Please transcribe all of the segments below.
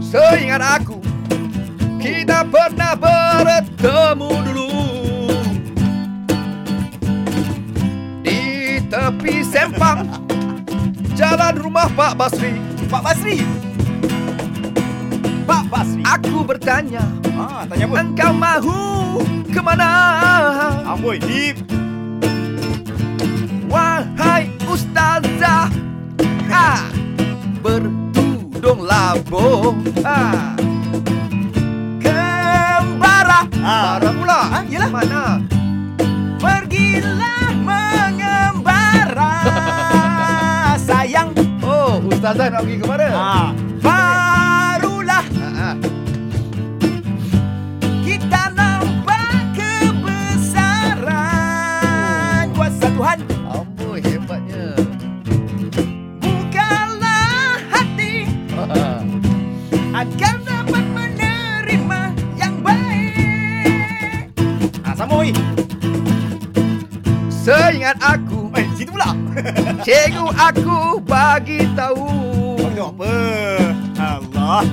Seingat aku Kita pernah bertemu dulu Di tepi sempang Jalan rumah Pak Basri Pak Basri. Pak Basri. Aku bertanya Ah, tanya apa? Engkau mahu kemana? Amboi, hip. Wahai ustazah ah, Bertudung labu ah. Kembara Ah. Bara pula ha, Ah, yelah. Mana? Pergilah mengembara sayang. Oh ustazah nak pergi kemana? Ah, barulah Ah, ah. kita nampak kebesaran kuasa Tuhan. Amboi hebatnya Bukalah hati Ah. agar dapat menerima yang baik. Ah, sama oi. Seingat aku Eh, situ pula. Cikgu aku bagi tahu Kau tengok apa? Allah.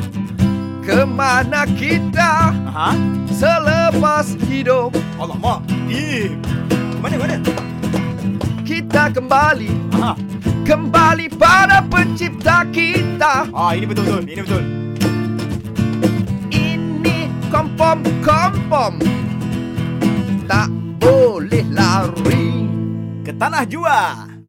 Kemana kita Aha. selepas hidup Allah mak. Eh. Mana mana? Kita kembali Aha. Kembali pada pencipta kita Ah, ini betul betul. Ini betul. Ini kompom-kompom Tak boleh lari Ke tanah jua.